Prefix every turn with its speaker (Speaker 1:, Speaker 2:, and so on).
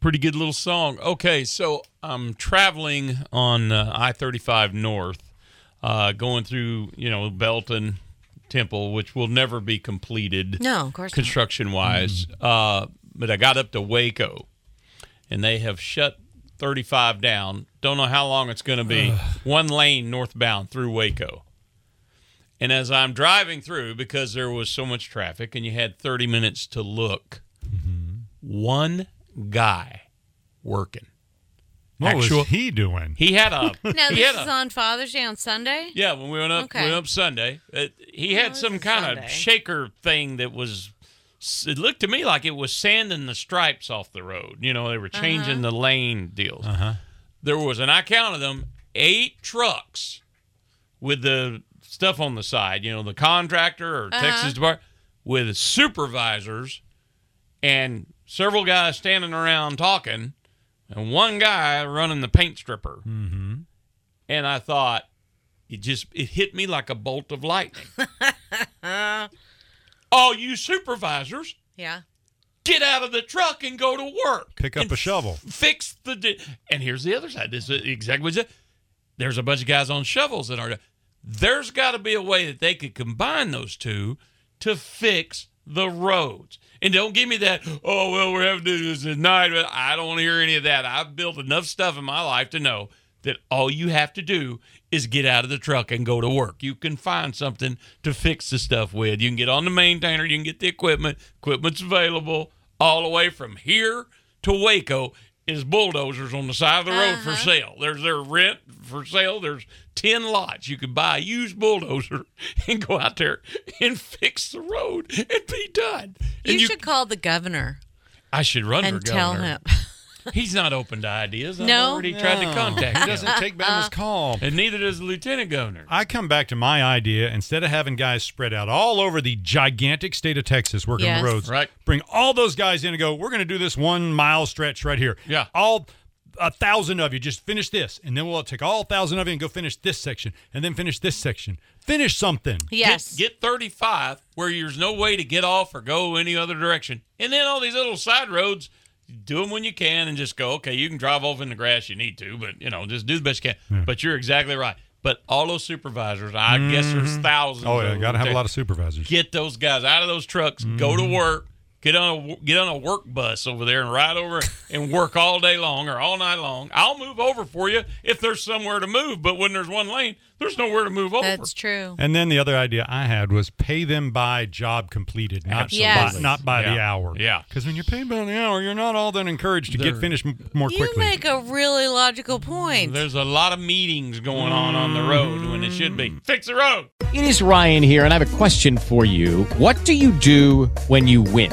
Speaker 1: Pretty good little song. Okay, so I'm traveling on uh, I-35 North, uh, going through you know Belton Temple, which will never be completed.
Speaker 2: No, of course not.
Speaker 1: construction wise. Uh, but I got up to Waco, and they have shut 35 down. Don't know how long it's going to be. One lane northbound through Waco. And as I'm driving through, because there was so much traffic and you had 30 minutes to look, one guy working.
Speaker 3: What
Speaker 1: Actual-
Speaker 3: was he doing?
Speaker 1: He had a.
Speaker 2: Now
Speaker 1: he
Speaker 2: this
Speaker 1: had
Speaker 2: is
Speaker 1: a-
Speaker 2: on Father's Day on Sunday.
Speaker 1: yeah, when we went up,
Speaker 2: Okay. Oh,
Speaker 1: went up Sunday, it, he had
Speaker 2: this
Speaker 1: some
Speaker 2: is
Speaker 1: kind
Speaker 2: Sunday.
Speaker 1: of shaker thing that was. It looked to me like it was sanding the stripes off the road. You know, they were changing the lane deals. There was, and I counted them, eight trucks with the stuff on the side. You know, the contractor or Texas Department with supervisors and several guys standing around talking, and one guy running the paint stripper. Mm-hmm. And I thought, it just it hit me like a bolt of lightning. All you supervisors,
Speaker 2: Yeah.
Speaker 1: get out of the truck and go to work.
Speaker 3: Pick up
Speaker 1: and
Speaker 3: a shovel.
Speaker 1: Fix the. Di- and here's the other side. This is exactly what you said. There's a bunch of guys on shovels that are. There's got to be a way that they could combine those two to fix the roads. And don't give me that. Oh well, we're having to do this at night. But I don't hear any of that. I've built enough stuff in my life to know that all you have to do is get out of the truck and go to work. You can find something to fix the stuff with. You can get on the maintainer, you can get the equipment. Equipment's available all the way from here to Waco is bulldozers on the side of the road for
Speaker 2: Uh-huh.
Speaker 1: sale. There's their rent for sale. There's 10 lots. You could buy a used bulldozer and go out there and fix the road and be done.
Speaker 2: You,
Speaker 1: and
Speaker 2: should call the governor
Speaker 1: I should run for
Speaker 2: and tell
Speaker 1: governor.
Speaker 2: him.
Speaker 1: He's not open to ideas. I've
Speaker 2: No?
Speaker 1: already tried to
Speaker 3: No.
Speaker 1: contact
Speaker 3: He
Speaker 1: him.
Speaker 3: doesn't take back his call.
Speaker 1: And neither does the lieutenant governor.
Speaker 3: I come back to my idea instead of having guys spread out all over the gigantic state of Texas working
Speaker 2: Yes.
Speaker 3: the roads,
Speaker 1: Right.
Speaker 3: Bring all those guys in and go, we're going to do this one mile stretch right here.
Speaker 1: Yeah.
Speaker 3: All a thousand of you just finish this, and then we'll take all thousand of you and go finish this section, and then finish this section. Finish something.
Speaker 2: Yes.
Speaker 1: Get, get 35 where there's no way to get off or go any other direction. And then all these little side roads, do them when you can and just go, okay, you can drive off in the grass you need to, but, you know, just do the best you can. But you're exactly right. But all those supervisors, I guess there's thousands.
Speaker 3: Oh yeah,
Speaker 1: of
Speaker 3: got to have a
Speaker 1: them.
Speaker 3: lot of Mm-hmm. supervisors.
Speaker 1: Get those guys out of those trucks, go to work. Get on a get on a work bus over there and ride over and work all day long or all night long. I'll move over for you if there's somewhere to move, but when there's one lane, there's nowhere to move over.
Speaker 2: That's true.
Speaker 3: And then the other idea I had was pay them by job completed, not
Speaker 2: Yes.
Speaker 3: by, not by the
Speaker 1: Yeah.
Speaker 3: hour.
Speaker 1: Yeah.
Speaker 3: Because when you're paid by the hour, you're not all that encouraged to
Speaker 1: There-
Speaker 3: get finished m- more
Speaker 2: You
Speaker 3: quickly.
Speaker 2: make a really logical point.
Speaker 1: There's a lot of meetings going on on the road when it should be. Fix the road.
Speaker 4: It is Ryan here, and I have a question for you. What do you do when you win?